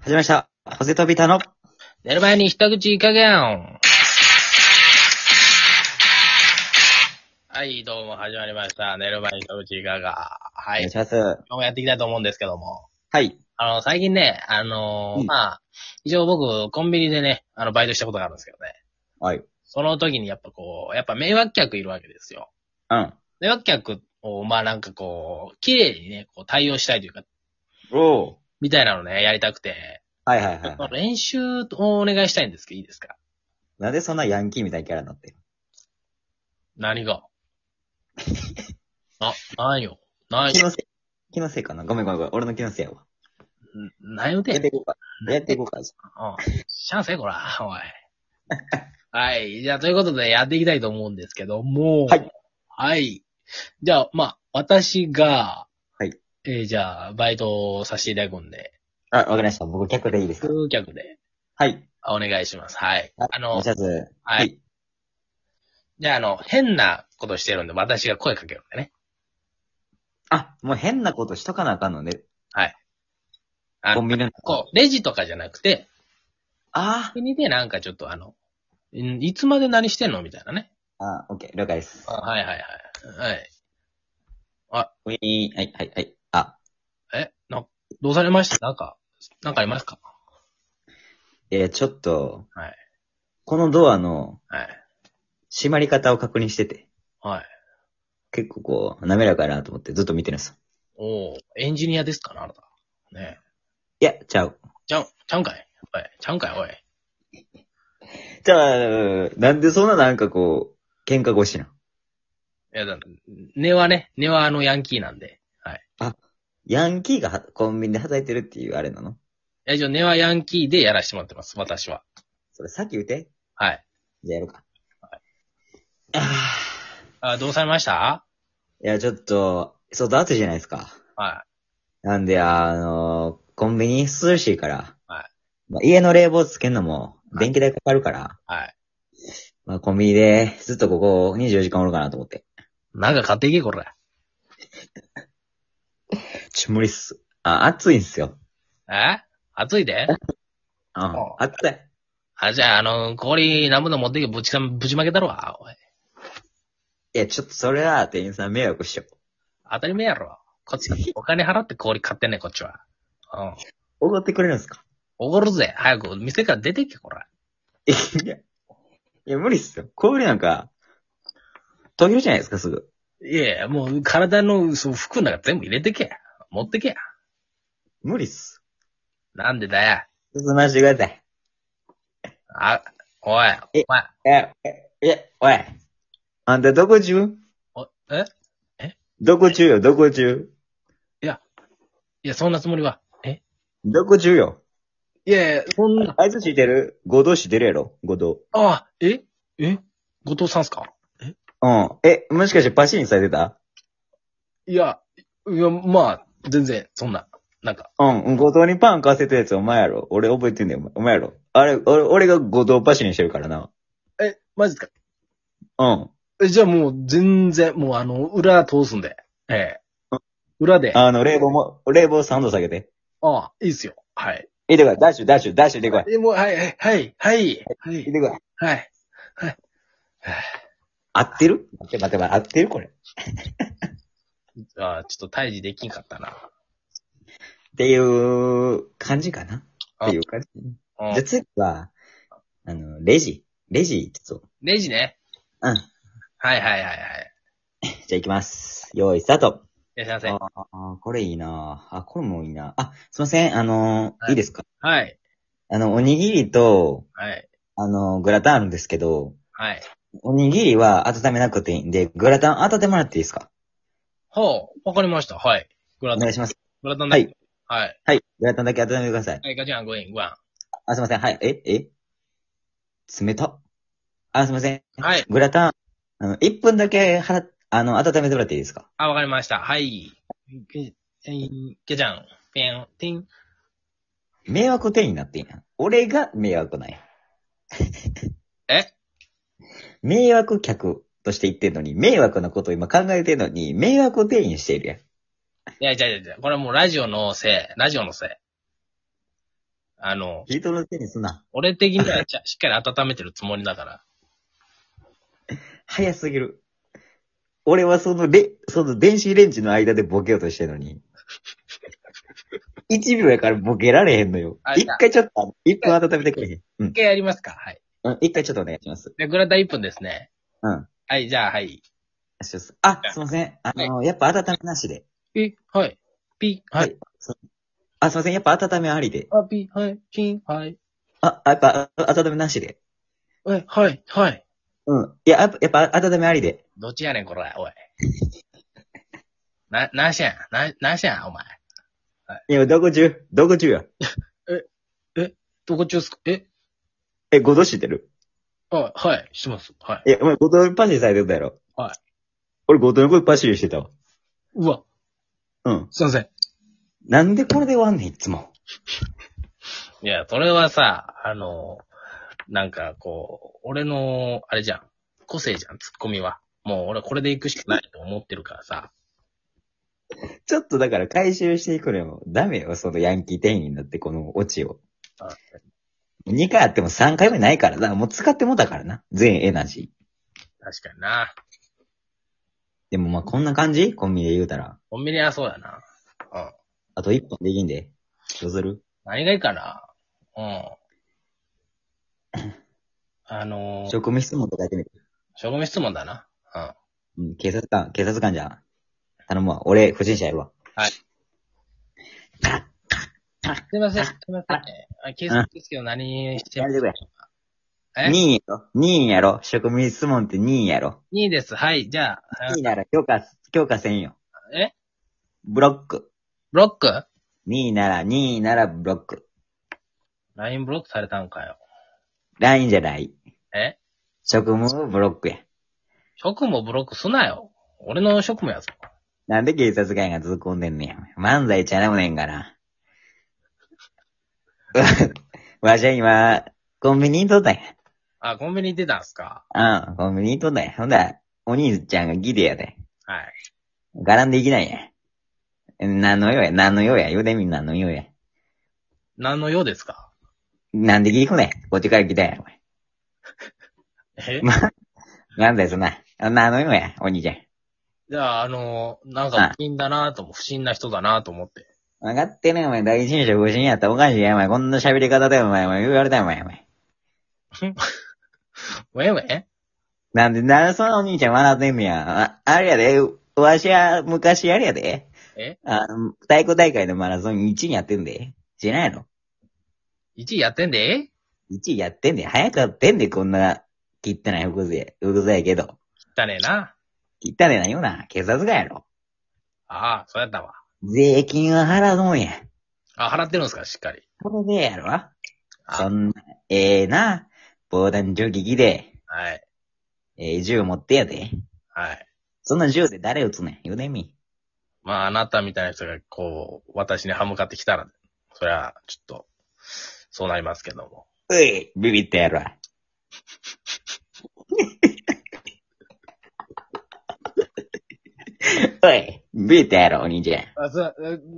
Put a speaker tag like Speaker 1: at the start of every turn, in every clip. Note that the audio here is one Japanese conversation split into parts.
Speaker 1: 始めました。ハゼとビタの、
Speaker 2: 寝る前に一口いかげん。はい、どうも始まりました。寝る前に一口いかが。
Speaker 1: お
Speaker 2: は
Speaker 1: 願
Speaker 2: い
Speaker 1: い、します。
Speaker 2: 今日もやっていきたいと思うんですけども。
Speaker 1: はい。
Speaker 2: あの、最近ね、あのー
Speaker 1: うん
Speaker 2: まあ、一応僕、コンビニでね、あの、バイトしたことがあるんですけどね。
Speaker 1: はい。
Speaker 2: その時にやっぱこう、やっぱ迷惑客いるわけですよ。
Speaker 1: うん。
Speaker 2: 迷惑客を、まあなんかこう、綺麗にね、こう対応したいというか、
Speaker 1: おー。
Speaker 2: みたいなのね、やりたくて、
Speaker 1: はいはいはい
Speaker 2: まあ
Speaker 1: はい。
Speaker 2: 練習をお願いしたいんですけど、いいですか
Speaker 1: なんでそんなヤンキーみたいなキャラになってる
Speaker 2: 何がな、なんよ。なん
Speaker 1: 気
Speaker 2: よ。
Speaker 1: のせい、気のせいかなごめんごめんごめん。俺の気のせいやわ。
Speaker 2: んなんよ
Speaker 1: やって
Speaker 2: て。
Speaker 1: いこうか。やっていこうか。
Speaker 2: うん。シャンセこら、おい。はい。じゃあ、ということでやっていきたいと思うんですけども。
Speaker 1: はい。
Speaker 2: はい。じゃあ、まあ、私が、
Speaker 1: はい。
Speaker 2: えーじゃあ、バイトをさせていただくんで、
Speaker 1: あ、わかりました。僕客でいいですか
Speaker 2: 空客で、
Speaker 1: はい。
Speaker 2: あお願いします。はい。
Speaker 1: はいお
Speaker 2: あ
Speaker 1: 願
Speaker 2: の
Speaker 1: いし、ます。
Speaker 2: はい。じゃあ、あの、変なことしてるんで、私が声かけるんでね。
Speaker 1: あ、もう変なことしとかなあかんのね。
Speaker 2: あ
Speaker 1: コン
Speaker 2: の、
Speaker 1: ビニの。
Speaker 2: こう、レジとかじゃなくて、
Speaker 1: あ
Speaker 2: 国でなんかちょっとあの、んいつまで何してんのみたいなね。
Speaker 1: ー。あ、オッケー。了解です。
Speaker 2: あはいはいはい。はい。
Speaker 1: ウィーン。はいはいはい。あ、
Speaker 2: え、な、どうされましたなんか、なんかありますか
Speaker 1: えー、ちょっと、
Speaker 2: はい。
Speaker 1: このドアの
Speaker 2: はい。
Speaker 1: 閉まり方を確認してて、
Speaker 2: はい。
Speaker 1: 結構こう、滑らかやなと思ってずっと見てるんですよ。
Speaker 2: おーエンジニアですかなあなた。ねえ
Speaker 1: いや、ちゃう。
Speaker 2: ちゃう、ちゃうんかいおい、ちゃうんかいおい。
Speaker 1: じゃあ、なんでそんななんかこう、喧嘩腰なの
Speaker 2: いや、だ根はね、根はあのヤンキーなんで。はい。
Speaker 1: ヤンキーがはコンビニで働いてるっていうあれなの
Speaker 2: いや、じゃあ根はヤンキーでやらせてもらってます、私は。
Speaker 1: それさっき言うて。
Speaker 2: はい。
Speaker 1: じゃあやろうか。あ
Speaker 2: あ、どうされました
Speaker 1: ーいや、ちょっと、外暑いじゃないですか。
Speaker 2: は
Speaker 1: なんで、あの、コンビニ涼しいから。
Speaker 2: はい
Speaker 1: まあ、家の冷房つけるのも、
Speaker 2: はい
Speaker 1: 電気代かかるから。
Speaker 2: い。はい。
Speaker 1: まあ、コンビニで、ずっとここ24時間おるかなと思って。
Speaker 2: なんか買っていけ、これ。
Speaker 1: ちょ、無理っす。あ、暑いんすよ。
Speaker 2: え暑いで
Speaker 1: うん
Speaker 2: あ。
Speaker 1: 暑い。
Speaker 2: あ、じゃあ、あの、氷、なんぼでも持ってけ、ぶちかん、ぶちまけだろわ、おい。
Speaker 1: いや、ちょっとそれは店員さん迷惑っしょ。
Speaker 2: 当たり前やろ。こっち、 お金払って氷買ってんねん、こっちは。うん。
Speaker 1: おごってくれるんすか
Speaker 2: おごるぜ。早く、店から出てけ、こら。
Speaker 1: いや、いや、無理っすよ。氷なんか、途切れじゃないですか、すぐ。
Speaker 2: いやいや、もう、体の、そう、服の中全部入れてけ。持ってけ。
Speaker 1: 無理っす。
Speaker 2: なんでだよ。
Speaker 1: 進ましてください。
Speaker 2: あ、おい、
Speaker 1: え
Speaker 2: お前、
Speaker 1: え、え、え、おい。あんたどこ中
Speaker 2: お、え
Speaker 1: どこ中よ、どこ中
Speaker 2: いや、そんなつもりは。え
Speaker 1: どこ中よ。
Speaker 2: いやいや、そんな。
Speaker 1: あいつ知ってる五道知ってるやろ五道。
Speaker 2: あ、ええ後藤さんっすか
Speaker 1: うん。え、もしかしてパシリンされてた
Speaker 2: いや、いや、まあ、全然、そんな、なんか、
Speaker 1: うんうん。後藤にパン買わせたやつお前やろ。俺覚えてんだよ、お前お前やろ。あれ、俺、俺が後藤パシリンしてるからな。
Speaker 2: え、マジっすか
Speaker 1: うん。
Speaker 2: え、じゃあもう、全然、もうあの、裏通すんで。ええ裏で。あ
Speaker 1: あの、冷房も、冷房3度下げて。
Speaker 2: あ、いいっすよ。はい。
Speaker 1: 見てこい、ダッシュ、ダッシュ、ダッシュ、出てこい。
Speaker 2: え、もう、はい、はい、はい、はい、は
Speaker 1: 見
Speaker 2: い、
Speaker 1: てこい。
Speaker 2: はい。
Speaker 1: 合ってる待って待って待って、合ってるこれ。っ
Speaker 2: ああ、ちょっと退治できんかったな。
Speaker 1: ていう感じかな
Speaker 2: あ
Speaker 1: っていう感じ。
Speaker 2: うん
Speaker 1: じゃあ次は、あの、レジ。レジ、ちょっと。
Speaker 2: レジね。
Speaker 1: うん
Speaker 2: はいはいはいはい。
Speaker 1: じゃあ行きます。用意スタート。
Speaker 2: いらっしゃいませ。
Speaker 1: ああ、これいいなあ、これもいいなあ、すいません。あの、
Speaker 2: はい
Speaker 1: いいですか
Speaker 2: はい。
Speaker 1: あの、おにぎりと、
Speaker 2: はい。
Speaker 1: あの、グラタンあるんですけど、
Speaker 2: はい。
Speaker 1: おにぎりは温めなくていいんで、グラタン温めてもらっていいですか
Speaker 2: ほう、わかりました。はい。グラ
Speaker 1: お
Speaker 2: タ
Speaker 1: 願
Speaker 2: ン。
Speaker 1: いします。
Speaker 2: グラタン
Speaker 1: は
Speaker 2: だ
Speaker 1: い。
Speaker 2: はい。
Speaker 1: はい。グラタンだけ温めてください。
Speaker 2: はい、ガチャン、ゴイン、ゴワ
Speaker 1: あ、すいません。はい。ええ冷たっ。あ、すいません。
Speaker 2: ン。はい。
Speaker 1: グラタン、あの、1分だけ払っ、あの、温めてもらっていいですか
Speaker 2: あ、わかりました。はい。け、けちゃん、ぴん、てん。
Speaker 1: 迷惑店員になっていいな。俺が迷惑ない。
Speaker 2: え
Speaker 1: 迷惑客として言ってんのに、迷惑なことを今考えてんのに、迷惑店員しているやん。
Speaker 2: いやいやいやいや、これはもうラジオのせい、ラジオのせい。あの、
Speaker 1: 人のせいにすんな。
Speaker 2: 俺的にはちゃしっかり温めてるつもりだから。
Speaker 1: 早すぎる。俺はそのレ、その電子レンジの間でボケようとしてるのに。1秒やからボケられへんのよ
Speaker 2: あ。
Speaker 1: 一回ちょっと、1分温めてくれへん。うん
Speaker 2: 一。回やりますかはい。
Speaker 1: うん一回ちょっとお願いします。
Speaker 2: で、グラタン1分ですね。
Speaker 1: うん。
Speaker 2: はい、じゃあ、はい。
Speaker 1: あ、すいません。あの、やっぱ温めなしで。
Speaker 2: え、はい。ピ、はい。。
Speaker 1: そあ、すいません。やっぱ温めありで。
Speaker 2: あ、ピ、はい、キン、はい。
Speaker 1: あ、あやっぱあ温めなしで。
Speaker 2: え、はい、はい。
Speaker 1: うん。いや、やっぱやっぱ温めありで。
Speaker 2: どっちやねん、これ、おい。な、なんしやん、な、なんしやん、お前。
Speaker 1: いや、どこ中どこ中や。
Speaker 2: どこ中っすかえ、
Speaker 1: え、ご度知ってる
Speaker 2: あ、はい、してます。はい。
Speaker 1: いや、お前、ご度パシリされてたやろ。
Speaker 2: はい。
Speaker 1: 俺、ご度パシリしてたわ。
Speaker 2: うわ、
Speaker 1: うん。
Speaker 2: すいません。
Speaker 1: なんでこれで終わんねん、いつも。
Speaker 2: いや、それはさ、あの、なんかこう、俺の、あれじゃん、個性じゃん、ツッコミは。もう俺これで行くしかないと思ってるからさ。
Speaker 1: ちょっとだから回収していくのよ。ダメよ、そのヤンキー店員になって、このオチを。
Speaker 2: あ
Speaker 1: 2回あっても3回目ないからな。もう使ってもだからな。全エナジー。
Speaker 2: 確かにな。
Speaker 1: でもまあこんな感じコンビニで言うたら。
Speaker 2: コンビニはそうやな。うん。
Speaker 1: あと1本でいいんで。どうする
Speaker 2: 何がいいかなうん。あのー、
Speaker 1: 職務質問とかやってみる。
Speaker 2: 職務質問だな。うん。
Speaker 1: うん、警察官、警察官じゃん。頼むわ。俺、不審者やるわ。
Speaker 2: すいません、すいません。あ、警察ですけど何して
Speaker 1: や
Speaker 2: ま
Speaker 1: め
Speaker 2: す
Speaker 1: てくれ。
Speaker 2: え
Speaker 1: 任意やろ任意やろ職務質問って任意やろ
Speaker 2: ?2 位です。はい、じゃあ、
Speaker 1: 任意なら許可、許可せんよ。
Speaker 2: え
Speaker 1: ブロック。
Speaker 2: ブロック
Speaker 1: 任意なら、任意ならブロック。
Speaker 2: ?LINE ブロックされたんかよ。
Speaker 1: LINE じゃない。
Speaker 2: え
Speaker 1: 職務をブロックや。
Speaker 2: 職務をブロックすなよ。俺の職務やぞ。
Speaker 1: なんで警察官が突っ込んでんねん。漫才ちゃうねんから。 わしは今、コンビニにとったん
Speaker 2: あ、コンビニ出たんすか
Speaker 1: や。うん、コンビニにとったんや。ほんだら、お兄ちゃんがギデやで。
Speaker 2: はい。
Speaker 1: 絡んでいきないや。何の用や、何の用や、言うてみんなの用や。
Speaker 2: 何の用ですか
Speaker 1: なんで聞くねん。こっちから来たやん、お前
Speaker 2: え
Speaker 1: なんだよ、そんな。何の用や、お兄ちゃん。
Speaker 2: じゃあ、あのー、な
Speaker 1: は
Speaker 2: ん
Speaker 1: い
Speaker 2: か不審だなとも、不審な人だなと思って。
Speaker 1: 分かってねお前。第一印象不審やったらおかしいや、お前。こんな喋り方だよ、お前。お前言われたよ、お前。お前
Speaker 2: ウェイウェイ
Speaker 1: なんで、なんでそのお兄ちゃん笑ってんねや。ああれやで、わしは昔あれやで。
Speaker 2: え
Speaker 1: あの、太鼓大会のマラソン1位やってんで。知らないの
Speaker 2: ?1 位やってんで
Speaker 1: ?1 位やってんで。早くやってんで、こんな汚い服勢。服勢やけど。
Speaker 2: 汚ねえな。
Speaker 1: 汚いなよな。警察がやろ。
Speaker 2: ああ、そうやったわ。
Speaker 1: 税金は払うもんや。
Speaker 2: あ、払ってるんすかしっかり。
Speaker 1: これでやろ
Speaker 2: あ
Speaker 1: そんな、ええな、防弾チョッキ着で、
Speaker 2: はい。
Speaker 1: えー銃持ってやで。
Speaker 2: はい。
Speaker 1: そんな銃で誰撃つねん、言うねみ。
Speaker 2: まあ、あなたみたいな人が、こう、私に歯向かってきたら、そりゃ、ちょっと、そうなりますけども。
Speaker 1: うい、ビビってやるわ。おい、ビビってやろ、お兄ちゃん。
Speaker 2: あ、そ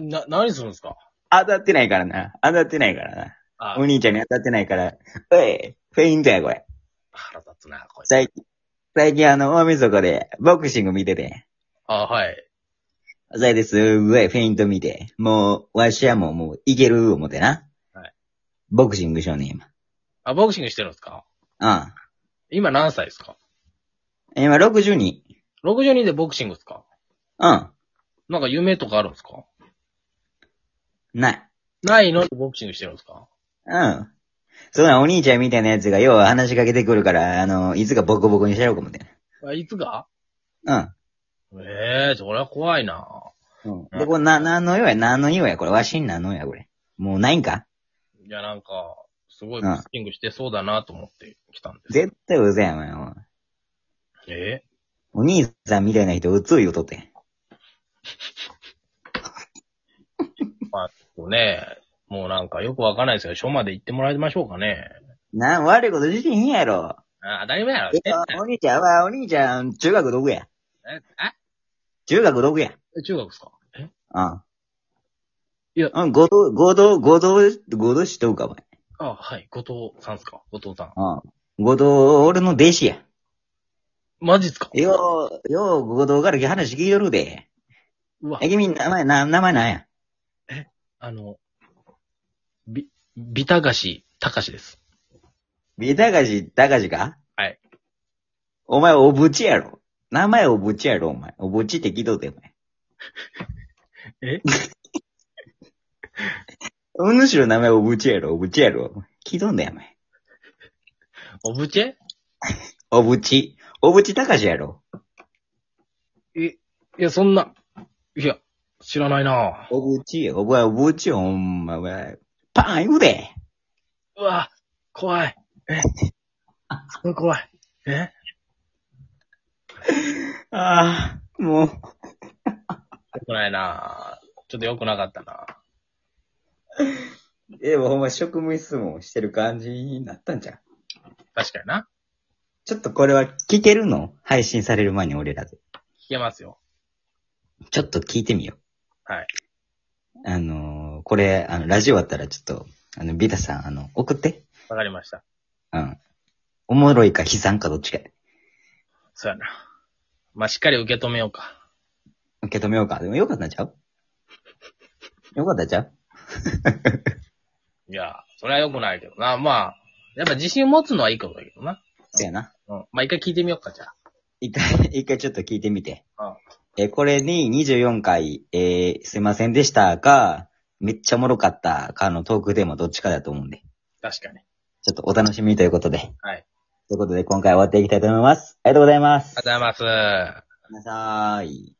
Speaker 2: な、何するんですか
Speaker 1: 当たってないからな。当たってないからな。
Speaker 2: あ
Speaker 1: お兄ちゃんに当たってないから。おい、フェイントや、これ。
Speaker 2: 腹立つな、こいつ。
Speaker 1: 最近、最近あの、大晦日で、ボクシング見てて。
Speaker 2: あ、はい。
Speaker 1: それですごいフェイント見て、もう、わしはもう、もう、いける思てな。
Speaker 2: はい。
Speaker 1: ボクシングしようね、今。
Speaker 2: あ、ボクシングしてるんですか
Speaker 1: うん。
Speaker 2: 今何歳ですか
Speaker 1: 今、62。
Speaker 2: ?62 でボクシングですか
Speaker 1: うん。
Speaker 2: なんか夢とかあるんですか
Speaker 1: ない。
Speaker 2: ないのにボクシングしてるんですか
Speaker 1: うん。そんなお兄ちゃんみたいなやつが、よう話しかけてくるから、あの、いつかボコボコにしちゃおうか思て
Speaker 2: あいつが
Speaker 1: な。
Speaker 2: ええそりゃ怖いな。
Speaker 1: うん。うん。で、これ、な、なんの用や、なんの用や、これ。わしになんの用や、これ。もうないんか
Speaker 2: いや、なんか、すごい
Speaker 1: うん
Speaker 2: ボクシングしてそうだなと思って来たんです。
Speaker 1: 絶対うざや、お前。おい
Speaker 2: え
Speaker 1: お兄さんみたいな人、うつう言うとって。
Speaker 2: えねもうなんかよくわかんないですけど、署まで行ってもらいましょうかね。
Speaker 1: な、悪いこと自身へんやろ。
Speaker 2: あ、当たり前やろ。
Speaker 1: えお兄ちゃんは、お兄ちゃん、中学どこや
Speaker 2: え、
Speaker 1: 中学どこや
Speaker 2: え中学ですかえ
Speaker 1: うん。
Speaker 2: いや
Speaker 1: うん、ご同、ご同、ご同、ご同しとうか、お前。
Speaker 2: あ、はい。後藤さんっすか後藤さん。
Speaker 1: ああ。ご同、俺の弟子や。
Speaker 2: マジっすか
Speaker 1: よう、よう、ご同から話聞いとるで。
Speaker 2: うわ
Speaker 1: え、、君、名前、な、名前なんや。
Speaker 2: あの、び、ビタガシ、タカシです。
Speaker 1: ビタガジ、タガジか
Speaker 2: はい。
Speaker 1: お前、おぶちやろ。名前おぶちやろ、お前。おぶちって聞いとって、お前。
Speaker 2: え
Speaker 1: お主の名前おぶちやろ、おぶちやろ。お前聞いとんだよ、お前。
Speaker 2: オブチェ
Speaker 1: おぶち。おぶちたかしやろ。
Speaker 2: え、いや、そんな、いや、知らないなぁ。
Speaker 1: おぶち、おぶおぶち、ほんま、お前。パン言うで。
Speaker 2: うわ、怖い。え、すごい怖い。え
Speaker 1: ああ、もう。
Speaker 2: 良くないなぁ。ちょっと良くなかったな
Speaker 1: え、ほんま職務質問してる感じになったんじゃん。
Speaker 2: 確かにな。
Speaker 1: ちょっとこれは聞けるの配信される前に俺らで。
Speaker 2: 聞けますよ。
Speaker 1: ちょっと聞いてみよう。
Speaker 2: はい。
Speaker 1: あのーこれ、あの、ラジオ終わったらちょっと、あの、ビタさん、あの、送って。
Speaker 2: わかりました。
Speaker 1: うん。おもろいか悲惨かどっちか。
Speaker 2: そうやな。まあ、しっかり受け止めようか。
Speaker 1: 受け止めようか。でもよかったんちゃうよかったんちゃう
Speaker 2: いや、それは良くないけどな。まあ、やっぱ自信を持つのはいいことだけどな。
Speaker 1: そうやな。
Speaker 2: うん。まあ、一回聞いてみようか、じゃあ。
Speaker 1: 一回、 一回ちょっと聞いてみて
Speaker 2: あ。
Speaker 1: え、これに24回、えーすいませんでしたか、めっちゃおもろかったかのトークでもどっちかだと思うんで。
Speaker 2: 確かに。
Speaker 1: ちょっとお楽しみということで。
Speaker 2: はい。
Speaker 1: ということで、今回終わっていきたいと思います。ありがとうございます。
Speaker 2: ありがとうございます。
Speaker 1: ございます。なさーい。